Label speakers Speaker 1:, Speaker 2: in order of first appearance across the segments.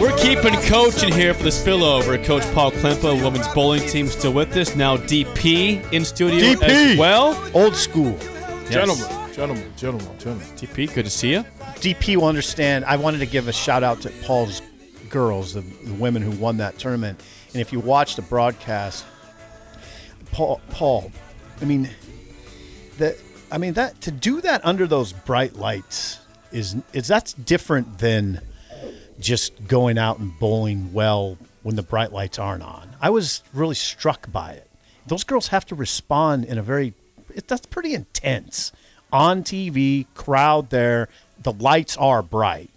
Speaker 1: We're keeping coach in here for the spillover. Coach Paul Klempa, women's bowling team, still with us. Now DP in studio
Speaker 2: DP.
Speaker 1: as well.
Speaker 2: Old school.
Speaker 1: Gentlemen,
Speaker 2: gentlemen, gentlemen, gentlemen.
Speaker 1: DP, good to see you.
Speaker 2: DP will understand. I wanted to give a shout out to Paul's girls, the, the women who won that tournament. And if you watch the broadcast, Paul, Paul, I mean, that, I mean that to do that under those bright lights is is that's different than just going out and bowling well when the bright lights aren't on. I was really struck by it. Those girls have to respond in a very it, that's pretty intense on TV, crowd there, the lights are bright.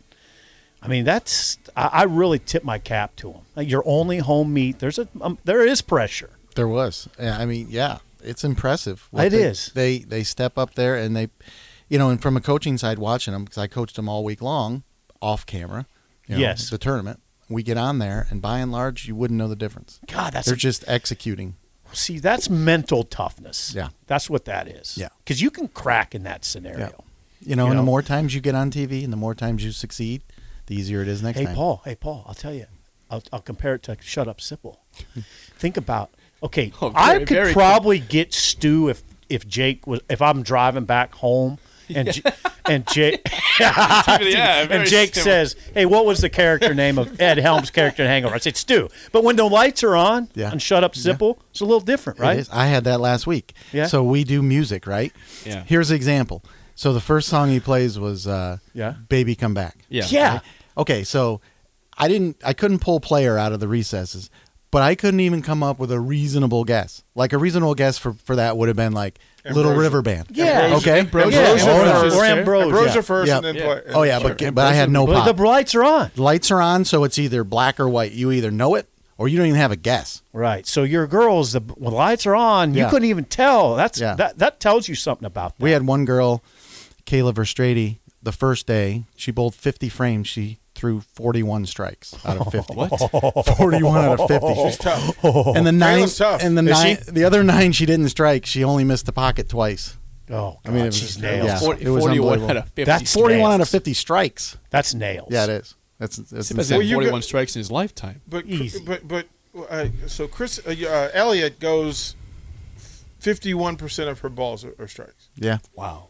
Speaker 2: I mean, that's I, I really tip my cap to them. Like your only home meet, there's a um, there is pressure.
Speaker 3: There was. Yeah, I mean, yeah, it's impressive. what
Speaker 2: It
Speaker 3: they,
Speaker 2: is.
Speaker 3: They they step up there and they, you know, and from a coaching side, watching them because I coached them all week long, off camera. You know,
Speaker 2: Yes.
Speaker 3: The tournament. We get on there, and by and large, you wouldn't know the difference.
Speaker 2: God, that's
Speaker 3: They're just executing.
Speaker 2: see that's mental toughness.
Speaker 3: Yeah.
Speaker 2: that's what that is.
Speaker 3: Yeah.
Speaker 2: because you can crack in that scenario.
Speaker 3: You know,
Speaker 2: You
Speaker 3: and
Speaker 2: know.
Speaker 3: the more times you get on TV, and the more times you succeed, the easier it is next
Speaker 2: hey,
Speaker 3: time.
Speaker 2: Paul. Hey, Paul. I'll tell you. I'll, I'll compare it to Shut Up, Sipple. Think about. Okay,
Speaker 1: Oh,
Speaker 2: I
Speaker 1: very,
Speaker 2: could
Speaker 1: very
Speaker 2: probably get Stu if if Jake was if I'm driving back home and J- and Jake and Jake says, "Hey, what was the character name of Ed Helms' character in Hangover?" I said, "Stu." But when the lights are on
Speaker 3: Yeah.
Speaker 2: and Shut Up, Sipple, it's a little different,
Speaker 3: It
Speaker 2: right?
Speaker 3: is. I had that last week.
Speaker 2: Yeah.
Speaker 3: So we do music, right?
Speaker 1: Yeah.
Speaker 3: Here's an example. So the first song he plays was uh,
Speaker 2: Yeah.
Speaker 3: Baby Come Back.
Speaker 1: Yeah.
Speaker 2: Yeah.
Speaker 3: Okay, so I didn't I couldn't pull player out of the recesses, but I couldn't even come up with a reasonable guess. Like a reasonable guess for, for that would have been like Little River Band.
Speaker 2: Yeah.
Speaker 3: Okay.
Speaker 2: Ambrosia.
Speaker 3: Yeah.
Speaker 2: Ambrosia
Speaker 3: Oh,
Speaker 2: first.
Speaker 3: no.
Speaker 2: Or Ambrosia.
Speaker 4: Ambrosia first
Speaker 3: Yeah.
Speaker 4: and then
Speaker 1: Yeah.
Speaker 4: play.
Speaker 3: Oh yeah, but but I had no
Speaker 2: But
Speaker 3: pop.
Speaker 2: the lights are on,
Speaker 3: Lights are on, so it's either black or white. You either know it or you don't even have a guess.
Speaker 2: right? So your girls, the when the lights are on, you
Speaker 3: Yeah.
Speaker 2: couldn't even tell. That's
Speaker 3: Yeah.
Speaker 2: that that tells you something about. Them.
Speaker 3: We had one girl, Kayla Verstrady, the first day, she bowled 50 frames. She threw 41 strikes out of 50.
Speaker 1: What?
Speaker 3: 41 out of 50. She's
Speaker 4: tough.
Speaker 3: And the nine,
Speaker 4: Kayla's tough.
Speaker 3: and the
Speaker 2: Is
Speaker 3: nine,
Speaker 2: she?
Speaker 3: the other nine, she didn't strike. She only missed the pocket twice.
Speaker 2: Oh, God,
Speaker 3: I mean, it was-
Speaker 2: she's nailed.
Speaker 3: yeah.
Speaker 1: Forty-
Speaker 3: It was
Speaker 1: 41
Speaker 3: unbelievable.
Speaker 1: out of 50.
Speaker 2: That's-
Speaker 1: Sip
Speaker 3: 41 out
Speaker 2: nails.
Speaker 3: of 50 strikes.
Speaker 2: That's nails.
Speaker 3: Yeah, it is. That's, that's
Speaker 1: has
Speaker 3: insane.
Speaker 1: had
Speaker 4: you got-
Speaker 1: 41 strikes in his lifetime.
Speaker 4: But
Speaker 2: Easy.
Speaker 4: but but uh, so Chris uh, uh, Elliot goes fifty-one percent of her balls are, are strikes,
Speaker 3: yeah,
Speaker 1: Wow.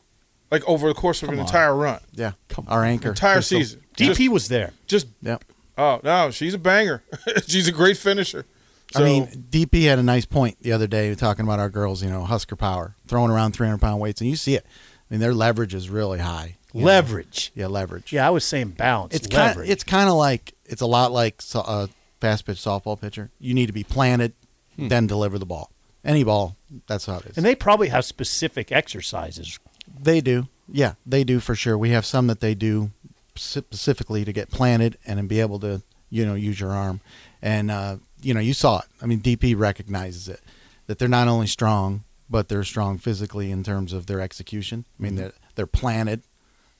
Speaker 4: like over the course of an entire run,
Speaker 3: yeah. Our anchor.
Speaker 4: entire
Speaker 3: Crystal.
Speaker 4: season.
Speaker 2: DP
Speaker 4: Just,
Speaker 2: was there.
Speaker 4: just
Speaker 3: Yeah.
Speaker 4: oh no, she's a banger. she's a great finisher. So,
Speaker 3: I mean, DP had a nice point the other day talking about our girls, you know, Husker power, throwing around 300 pound weights. And you see it. I mean, their leverage is really high. you know.
Speaker 2: Leverage.
Speaker 3: Yeah, leverage.
Speaker 2: Yeah, I was saying balance.
Speaker 3: it's kind.
Speaker 2: leverage.
Speaker 3: Of, it's kind of like it's a lot like so- a fast pitch softball pitcher. You need to be planted, then deliver the ball. Any ball. That's how it is.
Speaker 2: and they probably have specific exercises.
Speaker 3: They do. Yeah, they do for sure. We have some that they do specifically to get planted and then be able to, you know, use your arm. And uh, you know, you saw it. I mean, DP recognizes it that they're not only strong, but they're strong physically in terms of their execution. I mean, they're they're planted.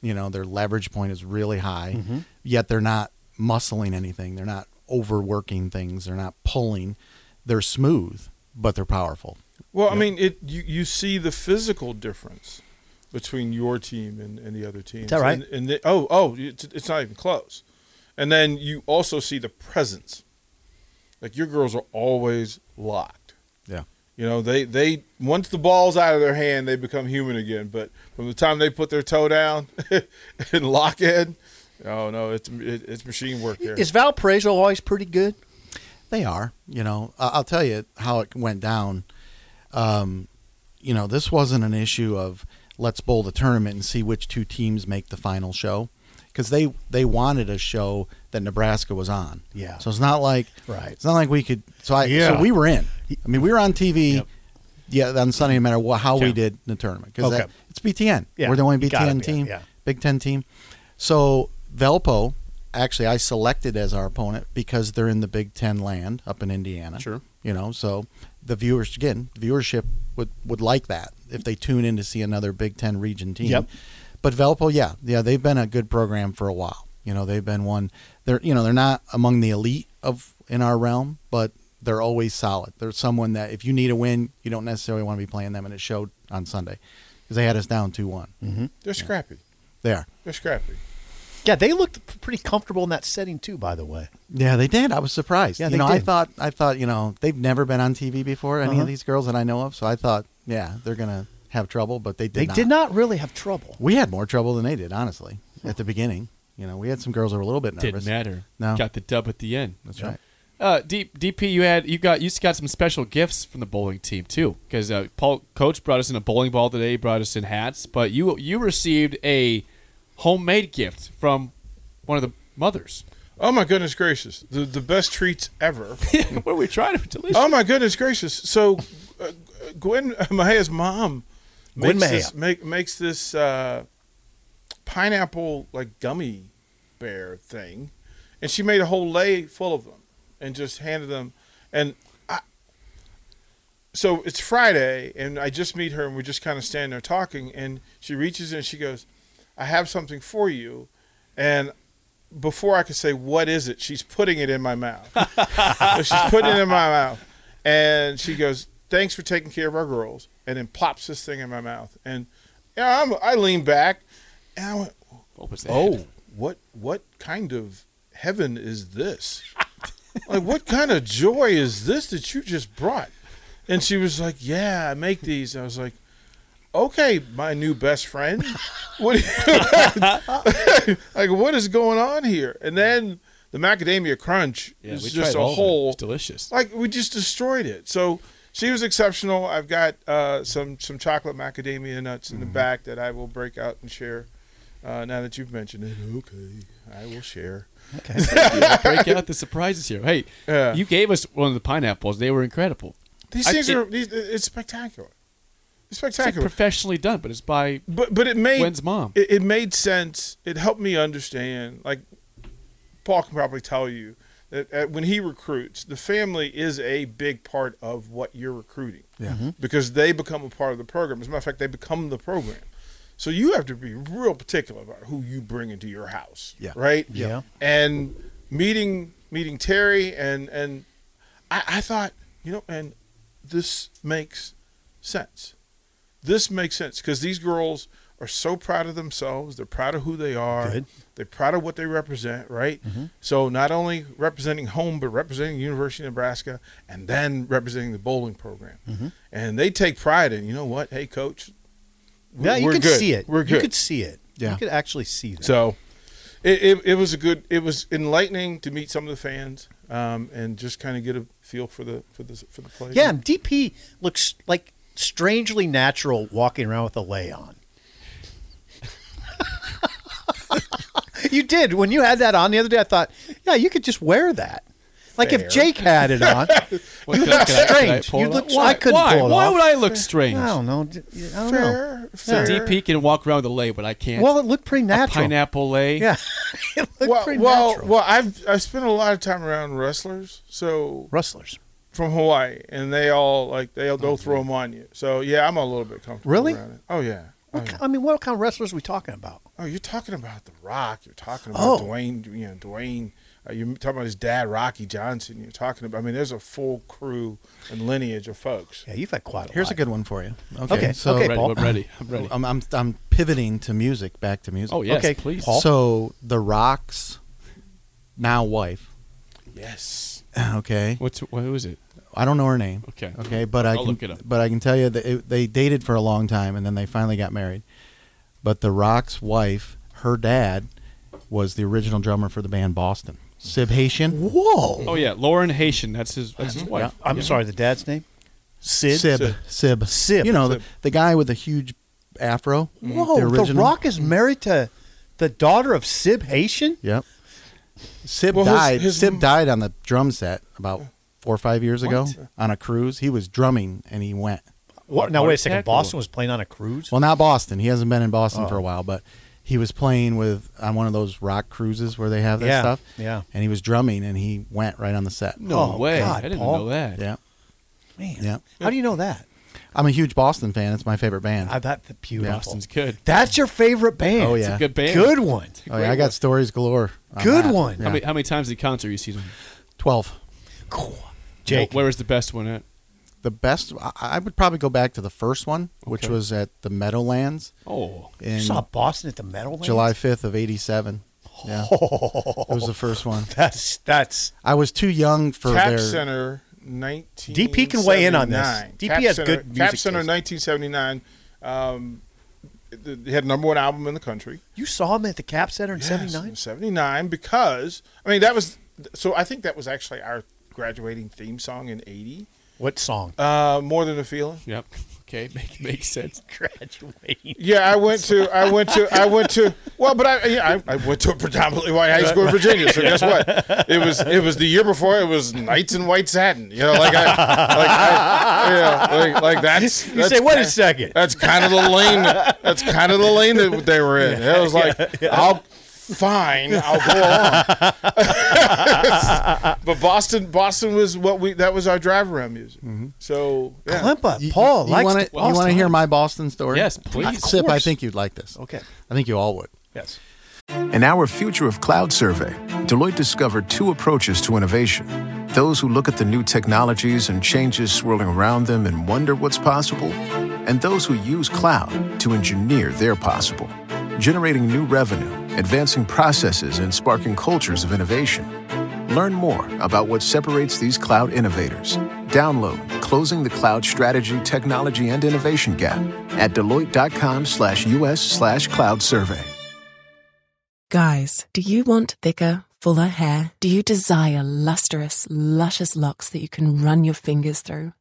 Speaker 3: You know, their leverage point is really high. Yet they're not muscling anything. They're not overworking things. They're not pulling. They're smooth, but they're powerful.
Speaker 4: well, I mean, it you, you see the physical difference between your team and, and the other teams.
Speaker 2: that right?
Speaker 4: And, and the, oh oh, it's, it's not even close. And then you also see the presence. Like your girls are always locked.
Speaker 3: Yeah.
Speaker 4: You know, they they once the ball's out of their hand, they become human again. But from the time they put their toe down and lock in, oh no, it's it, it's machine work there.
Speaker 2: Is Valparaiso always pretty good?
Speaker 3: They are. You know, I- I'll tell you how it went down. Um, you know, this wasn't an issue of let's bowl the tournament and see which two teams make the final show. because they they wanted a show that Nebraska was on.
Speaker 2: Yeah.
Speaker 3: So it's not like
Speaker 2: Right.
Speaker 3: It's not like we could. So I
Speaker 2: Yeah.
Speaker 3: so we were in. I mean, we were on TV.
Speaker 2: Yep.
Speaker 3: Yeah, on Sunday, no matter what, how
Speaker 1: Okay.
Speaker 3: we did in the tournament because
Speaker 2: Okay.
Speaker 3: it's BTN.
Speaker 2: Yeah,
Speaker 3: We're the only
Speaker 2: you gotta be
Speaker 3: BTN
Speaker 2: on,
Speaker 3: team,
Speaker 2: yeah.
Speaker 3: Big Ten team. So Valpo, actually, I selected as our opponent because they're in the Big Ten land up in Indiana.
Speaker 1: Sure.
Speaker 3: You know, so the viewers again, the viewership would would like that if they tune in to see another Big Ten region team.
Speaker 2: Yep.
Speaker 3: But Valpo, yeah, yeah, they've been a good program for a while. You know, they've been one. They're you know they're not among the elite of in our realm, but they're always solid. They're someone that if you need a win, you don't necessarily want to be playing them, and it showed on Sunday because they had us down two one.
Speaker 4: They're scrappy.
Speaker 3: They are.
Speaker 4: They're scrappy.
Speaker 2: Yeah, they looked p- pretty comfortable in that setting too. By the way,
Speaker 3: Yeah, they did. I was surprised.
Speaker 2: Yeah,
Speaker 3: you
Speaker 2: they
Speaker 3: know, I
Speaker 2: did.
Speaker 3: thought I thought, you know, they've never been on TV before, any
Speaker 2: Uh-huh.
Speaker 3: of these girls that I know of. So I thought, yeah, they're gonna have trouble, but they did
Speaker 2: they
Speaker 3: not.
Speaker 2: did not really have trouble.
Speaker 3: We had more trouble than they did, honestly, at the
Speaker 2: Oh.
Speaker 3: beginning. You know, we had some girls that were a little bit nervous.
Speaker 1: Didn't matter.
Speaker 3: No.
Speaker 1: Got the dub at the end.
Speaker 3: That's
Speaker 2: Yeah.
Speaker 3: right.
Speaker 1: Uh, D- DP, you had you got you got some special gifts from the bowling team too, because uh, Paul Coach brought us in a bowling ball today, he brought us in hats, but you you received a homemade gift from one of the mothers.
Speaker 4: Oh my goodness gracious! The the best treats ever.
Speaker 1: what are we trying to delicious?
Speaker 4: oh my goodness gracious! So, uh, Gwen Maha's mom
Speaker 2: Gwen
Speaker 4: makes
Speaker 2: Mejia.
Speaker 4: this, make, makes this uh, pineapple like gummy bear thing, and she made a whole lay full of them and just handed them. And I, so it's Friday, and I just meet her, and we're just kind of standing there talking, and she reaches in, and she goes, "I have something for you," and before I could say what is it, she's putting it in my mouth. So she's putting it in my mouth, and she goes, "Thanks for taking care of our girls," and then plops this thing in my mouth, and yeah, I'm, I lean back, and I went,
Speaker 1: What was that?
Speaker 4: "Oh, what what kind of heaven is this? like, what kind of joy is this that you just brought?" And she was like, "Yeah, I make these." I was like. Okay, my new best friend. What like what is going on here? And then the macadamia crunch
Speaker 1: Yeah, we
Speaker 4: is
Speaker 1: tried
Speaker 4: just a
Speaker 1: all of them.
Speaker 4: whole
Speaker 1: It's delicious.
Speaker 4: like we just destroyed it. So she was exceptional. I've got uh, some some chocolate macadamia nuts
Speaker 1: Mm-hmm.
Speaker 4: in the back that I will break out and share. Uh, now that you've mentioned it, okay, I will share.
Speaker 1: break out the surprises here. Hey,
Speaker 4: Yeah.
Speaker 1: you gave us one of the pineapples. They were incredible.
Speaker 4: These
Speaker 1: I
Speaker 4: things
Speaker 1: think-
Speaker 4: are these, it's spectacular. It's
Speaker 1: It's like
Speaker 4: spectacular.
Speaker 1: professionally done, but it's by
Speaker 4: but but it made
Speaker 1: Gwen's mom.
Speaker 4: It, it made sense. It helped me understand. Like Paul can probably tell you that uh, when he recruits, the family is a big part of what you're recruiting. Yeah. Because they become a part of the program. As a matter of fact, they become the program. So you have to be real particular about who you bring into your house.
Speaker 3: Yeah.
Speaker 4: Right.
Speaker 2: Yeah.
Speaker 4: And meeting meeting Terry and and I, I thought you know and this makes sense this makes sense because these girls are so proud of themselves. They're proud of who they are.
Speaker 2: Good. Mm-hmm.
Speaker 4: They're proud of what they represent, right? So not only representing home, but representing University of Nebraska, and then representing the bowling program.
Speaker 2: Mm-hmm.
Speaker 4: And they take pride in. You know what? Hey, coach. we're-
Speaker 2: Yeah, you
Speaker 4: we're
Speaker 2: could
Speaker 4: good.
Speaker 2: see it.
Speaker 4: We're
Speaker 2: You
Speaker 4: good.
Speaker 2: could see it.
Speaker 3: Yeah.
Speaker 2: you could actually see that.
Speaker 4: So, it, it it was a good. It was enlightening to meet some of the fans um, and just kind of get a feel for the for the for the play.
Speaker 2: yeah, and DP looks like strangely natural walking around with a lay on. you did when you had that on the other day. I thought, yeah, you could just wear that. Like
Speaker 4: Fair.
Speaker 2: if Jake had it on,
Speaker 1: What,
Speaker 2: you
Speaker 1: can I- can
Speaker 2: look
Speaker 1: I- can I
Speaker 2: strange.
Speaker 1: pull
Speaker 2: You
Speaker 1: it
Speaker 2: look.
Speaker 1: off?
Speaker 2: I couldn't
Speaker 1: why?
Speaker 2: pull it
Speaker 1: Why
Speaker 2: off. Oh,
Speaker 1: would I look strange?
Speaker 2: I don't know. D- I don't know.
Speaker 4: fair, fair.
Speaker 1: DP can walk around with a lay, but I can't.
Speaker 2: Well, it looked pretty natural.
Speaker 1: pineapple lay.
Speaker 2: Yeah, it looked
Speaker 4: well,
Speaker 2: pretty
Speaker 4: well,
Speaker 2: natural.
Speaker 4: well, I've I've spent a lot of time around wrestlers, so
Speaker 2: Rustlers.
Speaker 4: from Hawaii, and they all like they'll they'll throw them on you. So yeah, I'm a little bit comfortable.
Speaker 2: Really?
Speaker 4: around it. Oh yeah. Oh,
Speaker 2: What,
Speaker 4: yeah.
Speaker 2: ki- I mean, what kind of wrestlers are we talking about?
Speaker 4: Oh, you're talking about The Rock. You're talking about
Speaker 2: Oh.
Speaker 4: Dwayne. You know Dwayne. Uh, you're talking about his dad, Rocky Johnson. You're talking about. I mean, there's a full crew and lineage of folks.
Speaker 2: Yeah, you've had quite a
Speaker 3: Here's
Speaker 2: lot.
Speaker 3: a good one for you. Okay.
Speaker 2: Okay,
Speaker 3: So
Speaker 2: okay.
Speaker 1: ready,
Speaker 2: Paul.
Speaker 1: I'm ready. I'm ready.
Speaker 3: I'm, I'm I'm pivoting to music, back to music. Uh,
Speaker 1: Oh yes,
Speaker 2: Okay,
Speaker 1: please.
Speaker 2: Paul.
Speaker 3: So the Rock's now wife.
Speaker 4: Yes.
Speaker 3: Okay.
Speaker 1: What's what was it?
Speaker 3: I don't know her name.
Speaker 1: Okay.
Speaker 3: Okay, but I
Speaker 1: I'll
Speaker 3: can,
Speaker 1: look it up.
Speaker 3: but I can tell you that it, they dated for a long time and then they finally got married. But The Rock's wife, her dad, was the original drummer for the band Boston. Sib Haitian.
Speaker 2: Whoa.
Speaker 1: Oh yeah, Lauren Haitian. That's his. That's
Speaker 2: Mm-hmm.
Speaker 1: his wife.
Speaker 2: I'm sorry, the dad's name? Sid?
Speaker 3: Sib. Sib.
Speaker 2: Sib.
Speaker 3: You know,
Speaker 4: Sib.
Speaker 3: The, the guy with the huge afro.
Speaker 2: Whoa, The Rock is married to The daughter of Sib Haitian?
Speaker 3: Yep. Sib
Speaker 4: Well, his-
Speaker 3: died.
Speaker 4: his
Speaker 3: Sib
Speaker 4: m-
Speaker 3: died on the drum set about four or five years ago
Speaker 4: What?
Speaker 3: on a cruise. He was drumming and he went.
Speaker 2: What? Now
Speaker 1: Heart
Speaker 2: wait a second.
Speaker 1: attack or
Speaker 2: Boston was playing on a cruise.
Speaker 3: Well, not Boston. He hasn't been in Boston
Speaker 2: Oh.
Speaker 3: for a while, but he was playing with on one of those rock cruises where they have that
Speaker 2: Yeah,
Speaker 3: stuff.
Speaker 2: yeah.
Speaker 3: And he was drumming and he went right on the set.
Speaker 1: No
Speaker 2: Oh,
Speaker 1: way.
Speaker 2: God,
Speaker 1: I didn't
Speaker 2: Paul.
Speaker 1: know that.
Speaker 3: Yeah.
Speaker 2: Man,
Speaker 3: Yeah.
Speaker 2: how do you know that?
Speaker 3: I'm a huge Boston fan. It's my favorite band.
Speaker 2: I that beautiful.
Speaker 1: Boston's good.
Speaker 2: That's your favorite band.
Speaker 3: Oh,
Speaker 1: It's
Speaker 3: yeah.
Speaker 1: a good band.
Speaker 2: Good one.
Speaker 3: oh, yeah, I got stories galore. on
Speaker 2: Good
Speaker 3: that.
Speaker 2: one.
Speaker 1: How, many, how many times in concert you see them?
Speaker 3: 12.
Speaker 2: Cool. Jake.
Speaker 1: Where was the best one at?
Speaker 3: The best, I- I would probably go back to the first one, which
Speaker 1: Okay.
Speaker 3: was at the Meadowlands
Speaker 1: Oh,
Speaker 3: in
Speaker 2: you saw Boston at the Meadowlands? Oh,
Speaker 3: July 5th of 87. Yeah. It was the first one.
Speaker 2: That's that's
Speaker 3: I was too young for
Speaker 4: Tap
Speaker 3: their.
Speaker 4: Center 1979.
Speaker 2: DP can weigh in on this. DP
Speaker 4: Tap
Speaker 2: has
Speaker 4: Center,
Speaker 2: good
Speaker 4: Tap
Speaker 2: music
Speaker 4: Center
Speaker 2: taste.
Speaker 4: 1979. Um, th- they had number one album in the country.
Speaker 2: you saw him at the Cap Center in
Speaker 4: Yes,
Speaker 2: '79.
Speaker 4: in 79 because I mean that was so I think that was actually our graduating theme song in 80.
Speaker 2: What song?
Speaker 4: Uh, more than a feeling.
Speaker 1: yep. Okay, make, makes sense.
Speaker 2: Graduating.
Speaker 4: Yeah, I went to I went to I went to well, but I yeah, I, I went to a predominantly white high school in Virginia. So guess what? It was it was the year before it was knights in white satin. You know, like I like I, yeah, like, like that's
Speaker 2: You say, wait a second.
Speaker 4: That's kind of the lane. That's kind of the lane that they were in. It was like, I'll fine, I'll go along. but Boston, Boston was what we. That was our drive around music.
Speaker 2: Mm-hmm.
Speaker 4: So yeah.
Speaker 2: Klempa,
Speaker 3: You-
Speaker 2: Paul
Speaker 3: you
Speaker 2: likes
Speaker 3: wanna,
Speaker 2: to-
Speaker 3: you want to hear my Boston story?
Speaker 1: Yes, please.
Speaker 3: I-
Speaker 1: Of
Speaker 3: Sip, I
Speaker 1: course.
Speaker 3: think you'd like this.
Speaker 2: Okay.
Speaker 3: I think you all would.
Speaker 2: Yes.
Speaker 5: In our Future of Cloud survey, Deloitte discovered two approaches to innovation those who look at the new technologies and changes swirling around them and wonder what's possible, and those who use cloud to engineer their possible, generating new revenue, advancing processes, and sparking cultures of innovation. Learn more about what separates these cloud innovators. Download Closing the Cloud Strategy, Technology, and Innovation Gap at Deloitte.com slash US slash cloud survey.
Speaker 6: Guys, do you want thicker, fuller hair? Do you desire lustrous, luscious locks that you can run your fingers through?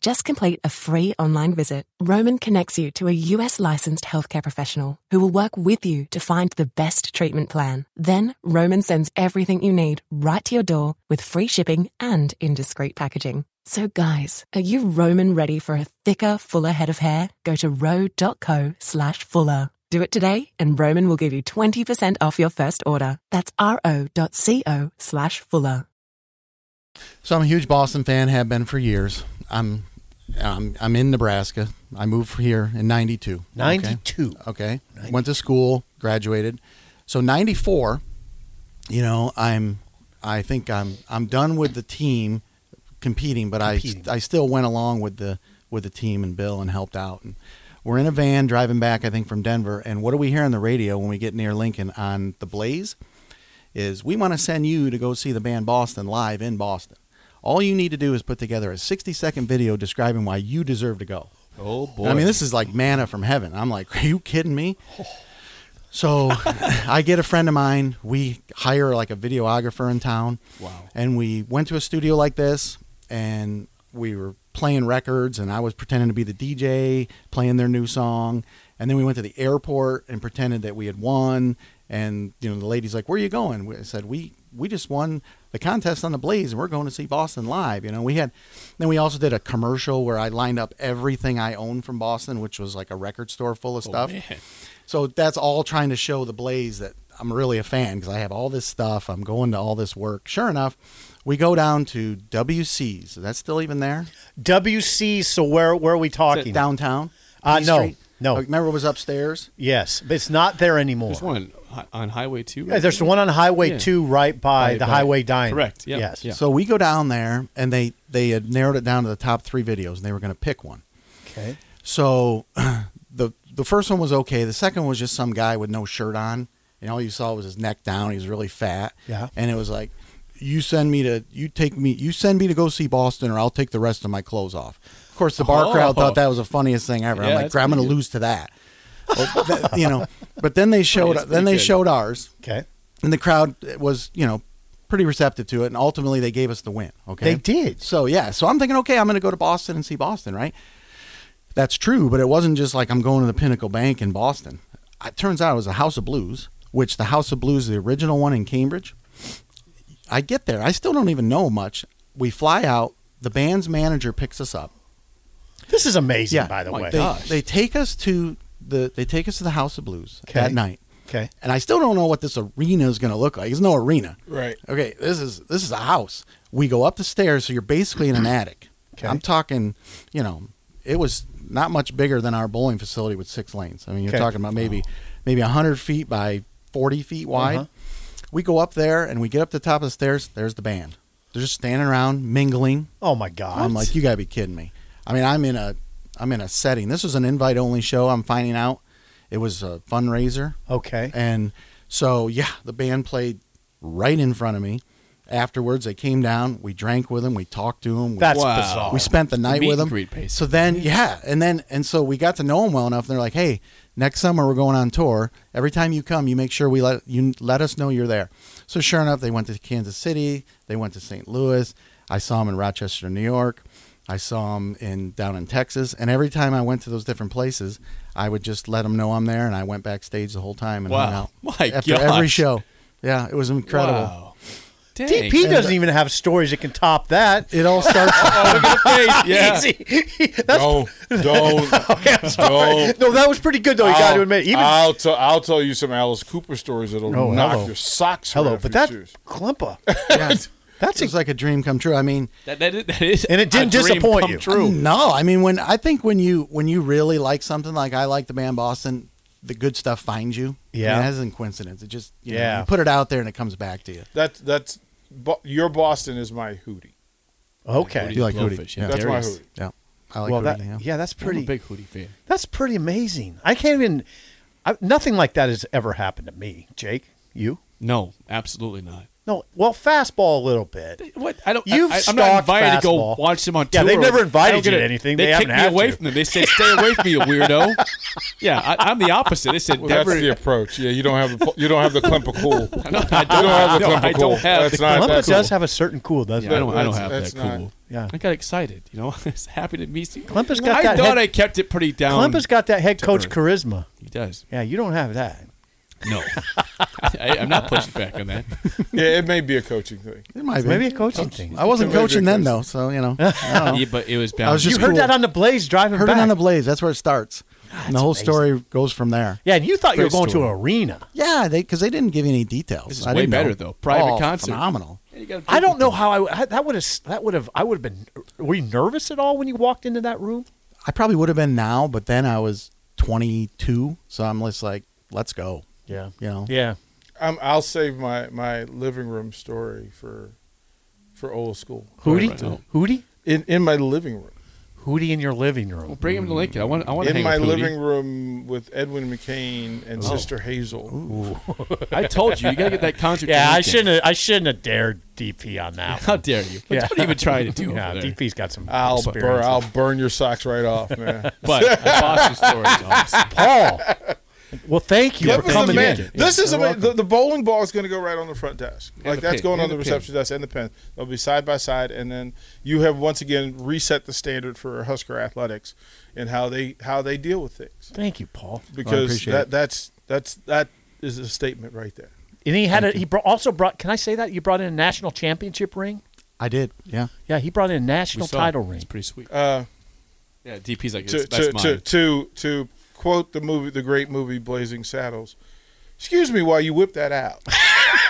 Speaker 6: Just complete a free online visit. Roman connects you to a US licensed healthcare professional who will work with you to find the best treatment plan. Then Roman sends everything you need right to your door with free shipping and in discreet packaging. So, guys, are you Roman ready for a thicker, fuller head of hair? Go to ro.co slash fuller. Do it today, and Roman will give you 20% off your first order. That's ro.co slash fuller.
Speaker 3: So I'm a huge Boston fan, have been for years. I'm, I'm, I'm in Nebraska. I moved from here in '92.
Speaker 2: Ninety-two.
Speaker 3: Okay. Uh, Went to school, graduated. So '94, you know, I'm, I think I'm, I'm done with the team competing, but
Speaker 2: Competing.
Speaker 3: I, I still went along with the, with the team and Bill and helped out. And we're in a van driving back, I think, from Denver. And what do we hear on the radio when we get near Lincoln on the Blaze? Is we want to send you to go see the band Boston live in Boston. All you need to do is put together a 60 second video describing why you deserve to go.
Speaker 1: Oh boy.
Speaker 3: I mean, this is like manna from heaven. I'm like, are you kidding me? So I get a friend of mine. We hire like a videographer in town.
Speaker 1: Wow.
Speaker 3: And we went to a studio like this and we were playing records and I was pretending to be the DJ, playing their new song. And then we went to the airport and pretended that we had won. And, you know, the lady's like, where are you going? We- I said, we, we just won the contest on the Blaze and we're going to see Boston live. You know, we had, then we also did a commercial where I lined up everything I owned from Boston, which was like a record store full of stuff. So that's all trying to show the Blaze that I'm really a fan because I have all this stuff. I'm going to all this work. Sure enough, we go down to WC's. Is that still even there?
Speaker 2: WC. So where where are we talking?
Speaker 3: Downtown?
Speaker 2: Uh,
Speaker 3: P
Speaker 2: no,
Speaker 3: Street?
Speaker 2: no.
Speaker 3: Oh, Remember it was upstairs?
Speaker 2: Yes, but it's not there anymore.
Speaker 1: There's one on, on Highway Two.
Speaker 2: Yeah, there's the one on Highway
Speaker 1: Yeah.
Speaker 2: Two, right by
Speaker 1: Right
Speaker 2: the
Speaker 1: by-
Speaker 2: Highway Diner.
Speaker 1: Correct, yeah,
Speaker 2: Yes.
Speaker 1: yeah.
Speaker 3: So we go down there and they, they had narrowed it down to the top three videos and they were going to pick one.
Speaker 2: Okay.
Speaker 3: So the the first one was okay. The second was just some guy with no shirt on, and all you saw was his neck down. He was really fat.
Speaker 2: Yeah.
Speaker 3: And it was like, you send me to you take me you send me to go see Boston or I'll take the rest of my clothes off. Of course, the bar
Speaker 1: Oh.
Speaker 3: crowd thought that was the funniest thing ever.
Speaker 1: Yeah,
Speaker 3: I'm like,
Speaker 1: that's
Speaker 3: I'm going to
Speaker 1: pretty good.
Speaker 3: lose to that. Well, that- you know, but then they showed
Speaker 1: it's
Speaker 3: then
Speaker 1: pretty
Speaker 3: they
Speaker 1: good.
Speaker 3: showed ours
Speaker 2: Okay.
Speaker 3: and the crowd was you know pretty receptive to it and ultimately they gave us the win okay
Speaker 2: They did.
Speaker 3: so yeah so i'm thinking okay i'm going to go to boston and see boston right that's true but it wasn't just like i'm going to the pinnacle bank in boston it turns out it was the house of blues which the house of blues the original one in cambridge i get there i still don't even know much we fly out the band's manager picks us up
Speaker 2: This is amazing, by the
Speaker 1: Oh,
Speaker 3: my
Speaker 2: way. Oh,
Speaker 3: they, they take us to the they take us to the house of blues
Speaker 2: Okay.
Speaker 3: that night
Speaker 2: okay.
Speaker 3: and I still don't know what this arena is going to look like. There's no arena.
Speaker 4: Right.
Speaker 3: Okay, this is this is a house. We go up the stairs, so you're basically in an attic.
Speaker 2: Okay.
Speaker 3: I'm talking, you know, it was not much bigger than our bowling facility with six lanes. I mean, you're
Speaker 2: Okay. Oh.
Speaker 3: talking about maybe maybe 100 feet by 40 feet wide.
Speaker 2: Uh-huh.
Speaker 3: We go up there and we get up the top of the stairs. There's the band. They're just standing around mingling.
Speaker 2: Oh my god.
Speaker 3: I'm like, you gotta be kidding me. I mean, I'm in a, I'm in a setting. This was an invite only show. I'm finding out, it was a fundraiser,
Speaker 2: okay.
Speaker 3: and so yeah, the band played right in front of me. Afterwards, they came down. We drank with them. We talked to them. We,
Speaker 2: That's
Speaker 1: Wow.
Speaker 2: bizarre.
Speaker 3: we spent the night
Speaker 1: meet
Speaker 3: with
Speaker 1: and
Speaker 3: them.
Speaker 1: greet basically.
Speaker 3: So then, yeah, and then and so we got to know them well enough. And they're like, hey, next summer we're going on tour. Every time you come, you make sure we let you let us know you're there. So sure enough, they went to Kansas City. They went to St. Louis. I saw them in Rochester, New York. I saw them in down in Texas. And every time I went to those different places, I would just let them know I'm there, and I went backstage the whole time and hung
Speaker 1: Wow.
Speaker 3: out
Speaker 1: My
Speaker 3: after
Speaker 1: gosh.
Speaker 3: every show. Yeah, it was incredible.
Speaker 1: Wow. Dang.
Speaker 2: DP doesn't even have stories that can top that.
Speaker 3: It all starts.
Speaker 1: yeah.
Speaker 2: Easy. That's,
Speaker 4: Don't, don't, don't.
Speaker 2: no, that was pretty good though. You
Speaker 1: Oh,
Speaker 2: got to admit, even
Speaker 4: I'll, t- I'll tell you some Alice Cooper stories that'll
Speaker 2: Oh,
Speaker 4: knock
Speaker 2: hello.
Speaker 4: your socks right
Speaker 2: hello,
Speaker 4: off
Speaker 2: but
Speaker 4: your
Speaker 2: that
Speaker 4: shoes.
Speaker 2: Klimpa,
Speaker 3: That's like a dream come true. I mean,
Speaker 1: That, that, is- that is
Speaker 2: And it
Speaker 1: a
Speaker 2: didn't
Speaker 1: dream
Speaker 2: disappoint
Speaker 1: come
Speaker 2: you.
Speaker 1: True.
Speaker 3: No, I mean when I think when you when you really like something like I like the band Boston, the good stuff finds you. I mean,
Speaker 2: Yeah.
Speaker 3: that isn't coincidence. It just you know,
Speaker 2: Yeah.
Speaker 3: you put it out there and it comes back to you.
Speaker 4: That, that's, bo- your Boston is my hootie.
Speaker 2: Okay.
Speaker 3: You like
Speaker 1: Blowfish,
Speaker 3: Hootie?
Speaker 1: yeah.
Speaker 3: Yeah.
Speaker 4: That's my
Speaker 1: Darius.
Speaker 4: hootie.
Speaker 3: yeah, I like
Speaker 2: well,
Speaker 3: Hootie.
Speaker 2: that,
Speaker 3: yeah.
Speaker 2: yeah. that's
Speaker 1: Pretty
Speaker 2: pretty.
Speaker 1: I'm a big Hootie fan.
Speaker 2: That's pretty amazing. I can't even. I, nothing like that has ever happened to me, Jake. You?
Speaker 1: No, absolutely not.
Speaker 2: No. Well, fastball a little bit.
Speaker 1: What I don't.
Speaker 2: You've
Speaker 1: I, I'm not
Speaker 2: stalked
Speaker 1: invited to go
Speaker 2: fastball.
Speaker 1: watch them on
Speaker 2: Yeah,
Speaker 1: tour.
Speaker 2: they've never
Speaker 1: Like,
Speaker 2: invited
Speaker 1: I don't get
Speaker 2: you to
Speaker 1: it.
Speaker 2: anything.
Speaker 1: They,
Speaker 2: They
Speaker 1: kicked
Speaker 2: haven't
Speaker 1: me
Speaker 2: had
Speaker 1: away
Speaker 2: to.
Speaker 1: from them. They said, "Stay away from me, you weirdo." Yeah, I, I'm the opposite. They said,
Speaker 4: Well,
Speaker 1: "Never."
Speaker 4: that's the approach. Yeah, you don't have the po- you don't have the Klimpa cool.
Speaker 1: I don't, I
Speaker 4: You
Speaker 1: don't,
Speaker 4: don't have the
Speaker 1: no,
Speaker 4: Klimpa
Speaker 1: I
Speaker 4: cool.
Speaker 1: don't have.
Speaker 4: That's
Speaker 1: the-
Speaker 4: not
Speaker 2: Klimpa
Speaker 4: that cool.
Speaker 2: does have a certain cool, doesn't
Speaker 1: Yeah, I don't. I don't
Speaker 4: That's-
Speaker 1: have
Speaker 4: that's
Speaker 1: that
Speaker 4: not-
Speaker 1: cool.
Speaker 2: Yeah.
Speaker 1: I got excited. You know, I was happy to meet you.
Speaker 2: Klimpa's got
Speaker 1: I
Speaker 2: that
Speaker 1: thought
Speaker 2: head-
Speaker 1: I kept it pretty
Speaker 2: it?
Speaker 1: down.
Speaker 2: Klimpa's got that head coach
Speaker 1: earth.
Speaker 2: charisma.
Speaker 1: He does.
Speaker 2: Yeah, you don't have that.
Speaker 1: No, I, I'm not pushing back on that.
Speaker 4: Yeah, it may be a coaching thing.
Speaker 3: It might be.
Speaker 2: Maybe a coaching thing.
Speaker 3: I wasn't
Speaker 4: Maybe
Speaker 3: coaching then
Speaker 4: because-
Speaker 3: though, so you know. I don't know.
Speaker 1: Yeah, but it was.
Speaker 3: I
Speaker 1: bound-
Speaker 3: was just
Speaker 2: you heard
Speaker 3: cool.
Speaker 2: that on the Blaze driving
Speaker 3: Heard
Speaker 2: back. Ah,
Speaker 3: it on the Blaze. That's where it starts. and the
Speaker 2: that's
Speaker 3: whole
Speaker 2: amazing.
Speaker 3: story goes from there.
Speaker 2: yeah, and you thought you were
Speaker 1: Great
Speaker 2: going to
Speaker 1: story.
Speaker 2: an arena.
Speaker 3: Yeah, they because they didn't give any details.
Speaker 1: This is
Speaker 3: I
Speaker 1: way
Speaker 3: didn't know.
Speaker 1: better, though. Private
Speaker 3: Oh,
Speaker 1: concert.
Speaker 3: phenomenal.
Speaker 1: You gotta
Speaker 2: I
Speaker 1: think-
Speaker 2: don't know how I, I- that would have that would have I would have been. Were you nervous at all when you walked into that room?
Speaker 3: I probably would have been now, but then I was 22, so I'm just like, let's go.
Speaker 2: Yeah.
Speaker 3: You know.
Speaker 2: Yeah.
Speaker 4: i Um, I'll save my, my living room story for for old school.
Speaker 2: Hootie,
Speaker 1: Right now.
Speaker 2: Hootie,
Speaker 4: In in my living room.
Speaker 2: Hootie in your living
Speaker 1: Well,
Speaker 2: room.
Speaker 1: bring him to Lincoln. I want. I want to
Speaker 4: In
Speaker 1: hang
Speaker 4: my
Speaker 1: with Hootie. Oh.
Speaker 4: living room with Edwin McCain and Sister Hazel.
Speaker 1: I told you, you gotta get that concert.
Speaker 2: Yeah,
Speaker 1: to
Speaker 2: I
Speaker 1: Lincoln.
Speaker 2: shouldn't. Have, I shouldn't have dared DP on that.
Speaker 1: How
Speaker 2: One.
Speaker 1: dare you?
Speaker 2: Yeah.
Speaker 1: What are you even trying to do?
Speaker 2: Yeah,
Speaker 1: over there?
Speaker 2: DP's got some.
Speaker 4: I'll burn,
Speaker 2: experience.
Speaker 4: I'll burn your socks right off, man.
Speaker 1: But the Boston story is awesome.
Speaker 2: Paul. well, thank you
Speaker 4: That
Speaker 2: for
Speaker 4: was
Speaker 2: coming
Speaker 4: ama-
Speaker 2: in.
Speaker 4: This is ama- the, the bowling ball is going to go right on the front desk. like
Speaker 1: the pin,
Speaker 4: that's going
Speaker 1: and
Speaker 4: on the,
Speaker 1: the pin.
Speaker 4: reception desk and the pin. They'll be side by side, and then you have once again reset the standard for Husker athletics and how they how they deal with things
Speaker 2: Thank you, Paul.
Speaker 4: because
Speaker 3: appreciate
Speaker 4: that
Speaker 3: it.
Speaker 4: that's that's that is a statement right there.
Speaker 2: And he had a, he brought, also brought. Can I say that you brought in a national championship ring?
Speaker 3: I did. Yeah.
Speaker 2: Yeah, he brought in a
Speaker 1: We
Speaker 2: national
Speaker 1: saw
Speaker 2: title
Speaker 1: it.
Speaker 2: ring.
Speaker 1: It's pretty sweet.
Speaker 4: Uh,
Speaker 1: Yeah, DP's like
Speaker 4: to,
Speaker 1: "That's- that's
Speaker 4: to,
Speaker 1: mine.
Speaker 4: to to to quote the movie, the great movie Blazing Saddles. Excuse me, while you whip that out.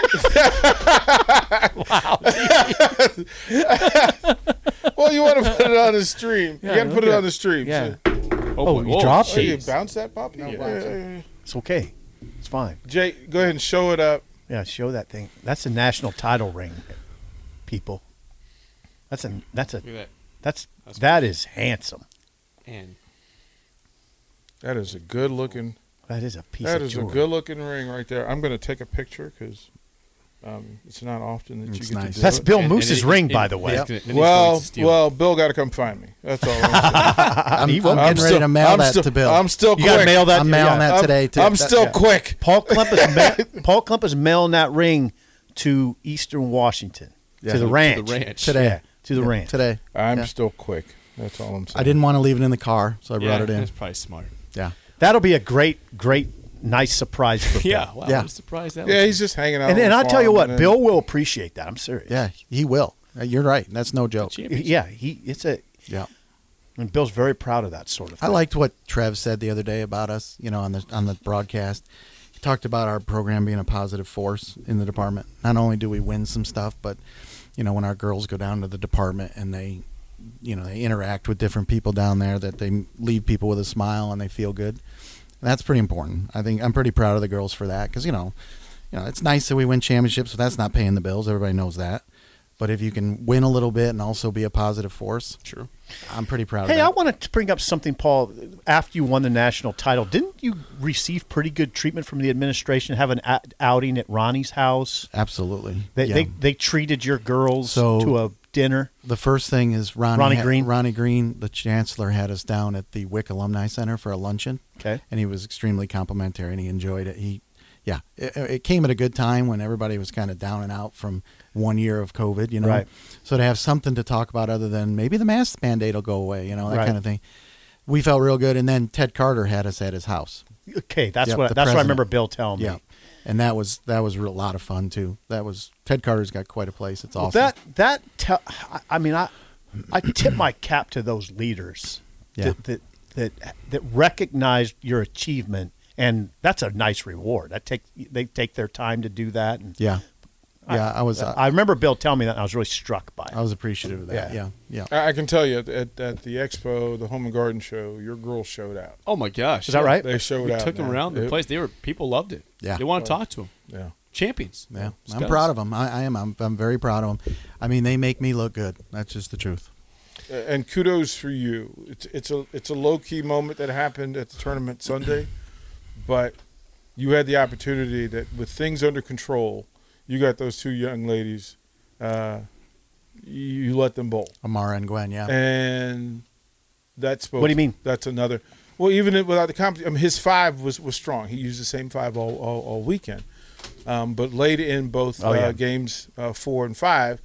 Speaker 4: wow. well, you want to put it on the stream.
Speaker 2: Yeah,
Speaker 4: you got to put
Speaker 2: look
Speaker 4: it
Speaker 2: at-
Speaker 4: on the stream.
Speaker 2: yeah.
Speaker 4: So,
Speaker 1: boy.
Speaker 2: Oh, you dropped
Speaker 4: so you
Speaker 2: it.
Speaker 4: bounce that puppy. Yeah, yeah, yeah.
Speaker 2: It's okay. It's fine.
Speaker 4: Jay, go ahead and show it up.
Speaker 2: Yeah, show that thing. That's a national title ring, people. That's a that's a
Speaker 1: Look at
Speaker 2: that's
Speaker 1: That's
Speaker 2: that is handsome.
Speaker 1: that. And
Speaker 4: That is a good looking.
Speaker 2: That is a piece
Speaker 4: That
Speaker 2: of
Speaker 4: is a
Speaker 2: jewelry.
Speaker 4: good looking ring right there. I'm going to take a picture because Um, it's not often that you
Speaker 3: It's
Speaker 4: get
Speaker 3: nice.
Speaker 4: to do
Speaker 2: That's
Speaker 4: it.
Speaker 2: Bill
Speaker 1: And- and
Speaker 2: Moose's
Speaker 1: it-
Speaker 2: ring,
Speaker 1: and-
Speaker 2: by the
Speaker 1: and
Speaker 2: way.
Speaker 1: he's gonna- and he's going
Speaker 4: Well,
Speaker 1: to steal it.
Speaker 4: well, Bill got to come find me. That's all. I'm saying.
Speaker 3: I'm, I'm
Speaker 2: will.
Speaker 3: getting ready to mail
Speaker 4: I'm
Speaker 3: that
Speaker 4: still,
Speaker 3: to Bill.
Speaker 4: I'm still
Speaker 2: You
Speaker 4: quick.
Speaker 2: gotta mail that.
Speaker 3: I'm mailing
Speaker 2: yeah.
Speaker 3: that
Speaker 4: I'm-
Speaker 3: today too.
Speaker 4: I'm
Speaker 3: That-
Speaker 4: still
Speaker 3: yeah.
Speaker 4: quick.
Speaker 2: Paul Klump is ma- Paul Klump is mailing that ring to Eastern Washington
Speaker 3: Yeah.
Speaker 2: to
Speaker 3: To
Speaker 2: the
Speaker 3: the
Speaker 2: ranch
Speaker 1: ranch.
Speaker 2: today.
Speaker 3: Yeah.
Speaker 2: To the ranch
Speaker 3: today.
Speaker 4: I'm
Speaker 3: Yeah.
Speaker 4: still quick. That's all I'm saying.
Speaker 3: I didn't want to leave it in the car, so I
Speaker 1: yeah,
Speaker 3: brought it in.
Speaker 1: That's probably smart.
Speaker 3: Yeah.
Speaker 2: That'll be a great, great, nice surprise for Bill.
Speaker 1: Yeah, wow,
Speaker 3: Yeah.
Speaker 1: I'm surprised that.
Speaker 4: Yeah,
Speaker 1: was-
Speaker 4: he's just hanging out.
Speaker 2: And,
Speaker 4: on
Speaker 2: and
Speaker 4: the
Speaker 2: I'll tell you
Speaker 4: farm
Speaker 2: what,
Speaker 4: and
Speaker 2: Bill will appreciate that. I'm serious.
Speaker 3: Yeah, he will. Uh, You're right. That's no joke.
Speaker 2: Yeah. He. It's a.
Speaker 3: Yeah.
Speaker 2: And Bill's very proud of that sort of.
Speaker 3: I
Speaker 2: Thing.
Speaker 3: liked what Trev said the other day about us, you know, on the on the broadcast. He talked about our program being a positive force in the department. Not only do we win some stuff, but you know, when our girls go down to the department and they you know, they interact with different people down there that they leave people with a smile and they feel good. And that's pretty important. I think I'm pretty proud of the girls for that cuz you know, you know, it's nice that we win championships, but that's not paying the bills. Everybody knows that. But if you can win a little bit and also be a positive force,
Speaker 1: Sure.
Speaker 3: I'm pretty proud of
Speaker 2: Hey,
Speaker 3: that.
Speaker 2: I want to bring up something, Paul. After you won the national title, didn't you receive pretty good treatment from the administration? Have an out- outing at Ronnie's house.
Speaker 3: Absolutely.
Speaker 2: They,
Speaker 3: Uh, Yeah.
Speaker 2: they they treated your girls
Speaker 3: So-
Speaker 2: to a dinner.
Speaker 3: the first thing is Ronnie,
Speaker 2: Ronnie
Speaker 3: had-
Speaker 2: Green?
Speaker 3: Ronnie Green, the chancellor, had us down at the Wick Alumni Center for a luncheon.
Speaker 2: Okay.
Speaker 3: And he was extremely complimentary and he enjoyed it. He, yeah, it, it came at a good time when everybody was kind of down and out from one year of COVID, you know.
Speaker 2: Right.
Speaker 3: So to have something to talk about other than maybe the mask mandate will go away, you know, that
Speaker 2: Right.
Speaker 3: kind of thing. We felt real good. And then Ted Carter had us at his house.
Speaker 2: Okay, that's
Speaker 3: Yep,
Speaker 2: what
Speaker 3: the
Speaker 2: that's what I remember
Speaker 3: president.
Speaker 2: Bill telling
Speaker 3: Yeah.
Speaker 2: me.
Speaker 3: And that was that was a real- lot of fun too. That was Ted Carter's got quite a place. It's
Speaker 2: Well,
Speaker 3: awesome.
Speaker 2: That that te- I- I mean I I tip my cap to those leaders
Speaker 3: Yeah.
Speaker 2: that, that that that recognized your achievement and that's a nice reward. That take they take their time to do that and
Speaker 3: yeah, yeah. I, was uh,
Speaker 2: I remember Bill telling me that and I was really struck by it.
Speaker 3: I was appreciative of that.
Speaker 2: Yeah.
Speaker 3: Yeah. Yeah.
Speaker 4: I I can tell you at, at, at the expo, the Home and Garden Show, your girls showed out.
Speaker 1: Oh my gosh.
Speaker 2: Is that right?
Speaker 4: They showed
Speaker 1: We
Speaker 4: out.
Speaker 1: took them
Speaker 4: man.
Speaker 1: around the
Speaker 4: It-
Speaker 1: place. They were people loved it.
Speaker 3: Yeah.
Speaker 1: They want to talk to them.
Speaker 4: Yeah.
Speaker 1: Champions.
Speaker 3: Yeah.
Speaker 1: It's
Speaker 3: I'm
Speaker 1: guns.
Speaker 3: proud of them. I, I am. I'm, I'm very proud of them. I mean, they make me look good. That's just the truth.
Speaker 4: and kudos for you. It's it's a it's a low key moment that happened at the tournament Sunday, but you had the opportunity that with things under control, you got those two young ladies, uh, you, you let them bowl,
Speaker 3: Amara and Gwen. Yeah.
Speaker 4: and that's
Speaker 2: Oh. What do you mean?
Speaker 4: That's another. Well, even if- without the comp, I mean, his five was was strong. He used the same five all all, all weekend, um, but late in both
Speaker 2: Oh,
Speaker 4: uh,
Speaker 2: yeah.
Speaker 4: games uh, four and five,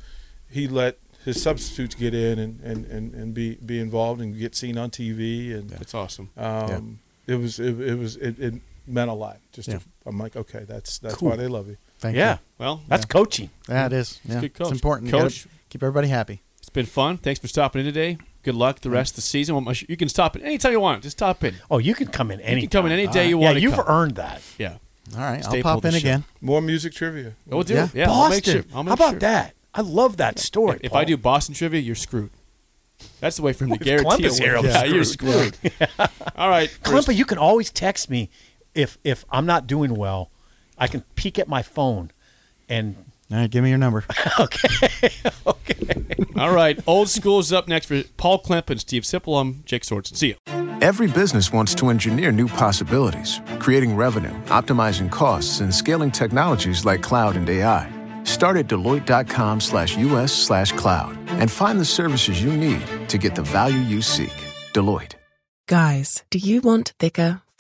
Speaker 4: he let his substitutes get in and, and, and, and be be involved and get seen on TV and
Speaker 1: That's awesome.
Speaker 4: um, it was it, it was it, it meant a lot. Just
Speaker 3: Yeah.
Speaker 4: to, I'm like okay, that's that's
Speaker 2: Cool.
Speaker 4: why they love you.
Speaker 3: Thank
Speaker 2: yeah.
Speaker 3: you.
Speaker 1: Well,
Speaker 2: That's coaching.
Speaker 3: Yeah, it is. Yeah.
Speaker 1: good coach.
Speaker 3: It's important. You
Speaker 1: Coach.
Speaker 3: gotta Keep everybody happy.
Speaker 1: it's been fun. Thanks for stopping in today. Good luck the rest of the season. Well, my- You can stop it anytime you want. Just stop in.
Speaker 2: Oh, you can come in any
Speaker 1: can come in any day you
Speaker 2: yeah,
Speaker 1: wanna
Speaker 2: you've
Speaker 1: come.
Speaker 2: earned that.
Speaker 1: Yeah.
Speaker 3: All right.
Speaker 1: Staple
Speaker 3: I'll
Speaker 1: of
Speaker 3: pop
Speaker 1: the
Speaker 3: in
Speaker 1: show.
Speaker 3: again.
Speaker 4: More music trivia.
Speaker 1: We'll do
Speaker 3: Yeah.
Speaker 1: it. Yeah. I'll make
Speaker 2: Boston.
Speaker 1: sure. I'll make
Speaker 2: How about
Speaker 1: sure.
Speaker 2: that? I love that story.
Speaker 1: If
Speaker 2: Paul.
Speaker 1: I do Boston trivia, you're screwed. That's the way for him to
Speaker 2: If
Speaker 1: guarantee
Speaker 2: Columbus
Speaker 1: it.
Speaker 2: here, I'm
Speaker 1: yeah, you're screwed. All right. Bruce.
Speaker 2: Klimpa, you can always text me if if I'm not doing well. I can peek at my phone, and
Speaker 3: All right. Give me your number.
Speaker 1: All right. Old School is up next for Paul Klemp and Steve Sippelum, Jake Swartzen. See you.
Speaker 5: Every business wants to engineer new possibilities, creating revenue, optimizing costs, and scaling technologies like cloud and AI. Start at Deloitte.com slash US slash cloud and find the services you need to get the value you seek. Deloitte.
Speaker 6: Guys, do you want thicker,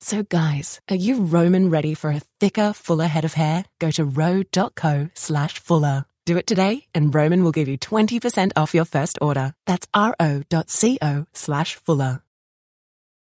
Speaker 6: So, guys, are you Roman ready for a thicker, fuller head of hair? Go to ro.co slash fuller. Do it today, and Roman will give you 20% off your first order. That's ro.co slash fuller.